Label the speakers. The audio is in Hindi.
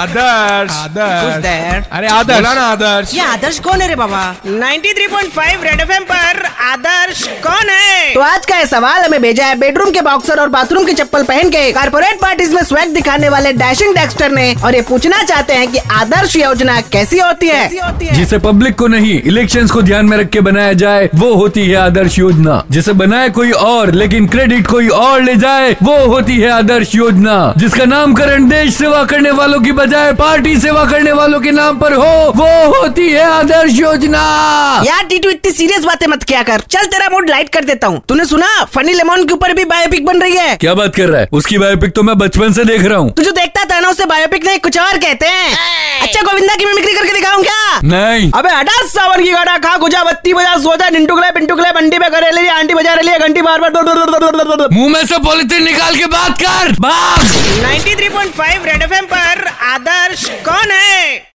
Speaker 1: Adarsh
Speaker 2: Uh,
Speaker 3: Who's there?
Speaker 1: अरे आदर्श बोला ना आदर्श
Speaker 3: ये आदर्श कौन है रे बाबा
Speaker 2: 93.5 रेड एफएम पर आदर्श कौन है
Speaker 3: तो आज का ये सवाल हमें भेजा है बेडरूम के बॉक्सर और बाथरूम की चप्पल पहन के कारपोरेट पार्टीज में स्वैग दिखाने वाले डैशिंग डेक्स्टर ने और ये पूछना चाहते हैं कि आदर्श योजना कैसी होती है
Speaker 4: जिसे पब्लिक को नहीं इलेक्शंस को ध्यान में रख के बनाया जाए वो होती है आदर्श योजना जिसे बनाए कोई और लेकिन क्रेडिट कोई और ले जाए वो होती है आदर्श योजना जिसका नामकरण देश सेवा करने वालों की बजाय पार्टी सेवा करने वालों के नाम पर हो वो होती है आदर्श योजना
Speaker 3: यार टीटू इतनी सीरियस बातें मत किया कर चल तेरा मूड लाइट कर देता हूँ तूने सुना फनी लेमोन के ऊपर भी बायोपिक बन रही है
Speaker 4: क्या बात कर रहा है उसकी बायोपिक तो मैं बचपन से देख रहा हूँ
Speaker 3: तू जो देखता था ना उसे बायोपिक नहीं कुछ और कहते हैं अच्छा गोविंदा की मिमिक्री करके दिखाऊं क्या
Speaker 4: नहीं
Speaker 3: अबे हटा सावन की गाड़ा खा गुजा बत्ती बजा सोचा निंटू गले पिंटू गले बंटी पे करे ले आंटी बजा रही है घंटी बार बार दो दो दो दो दो दो
Speaker 4: मुंह में से पॉलिथिन निकाल के बात कर बाप
Speaker 2: 93.5 रेड एफएम पर आदर्श कौन है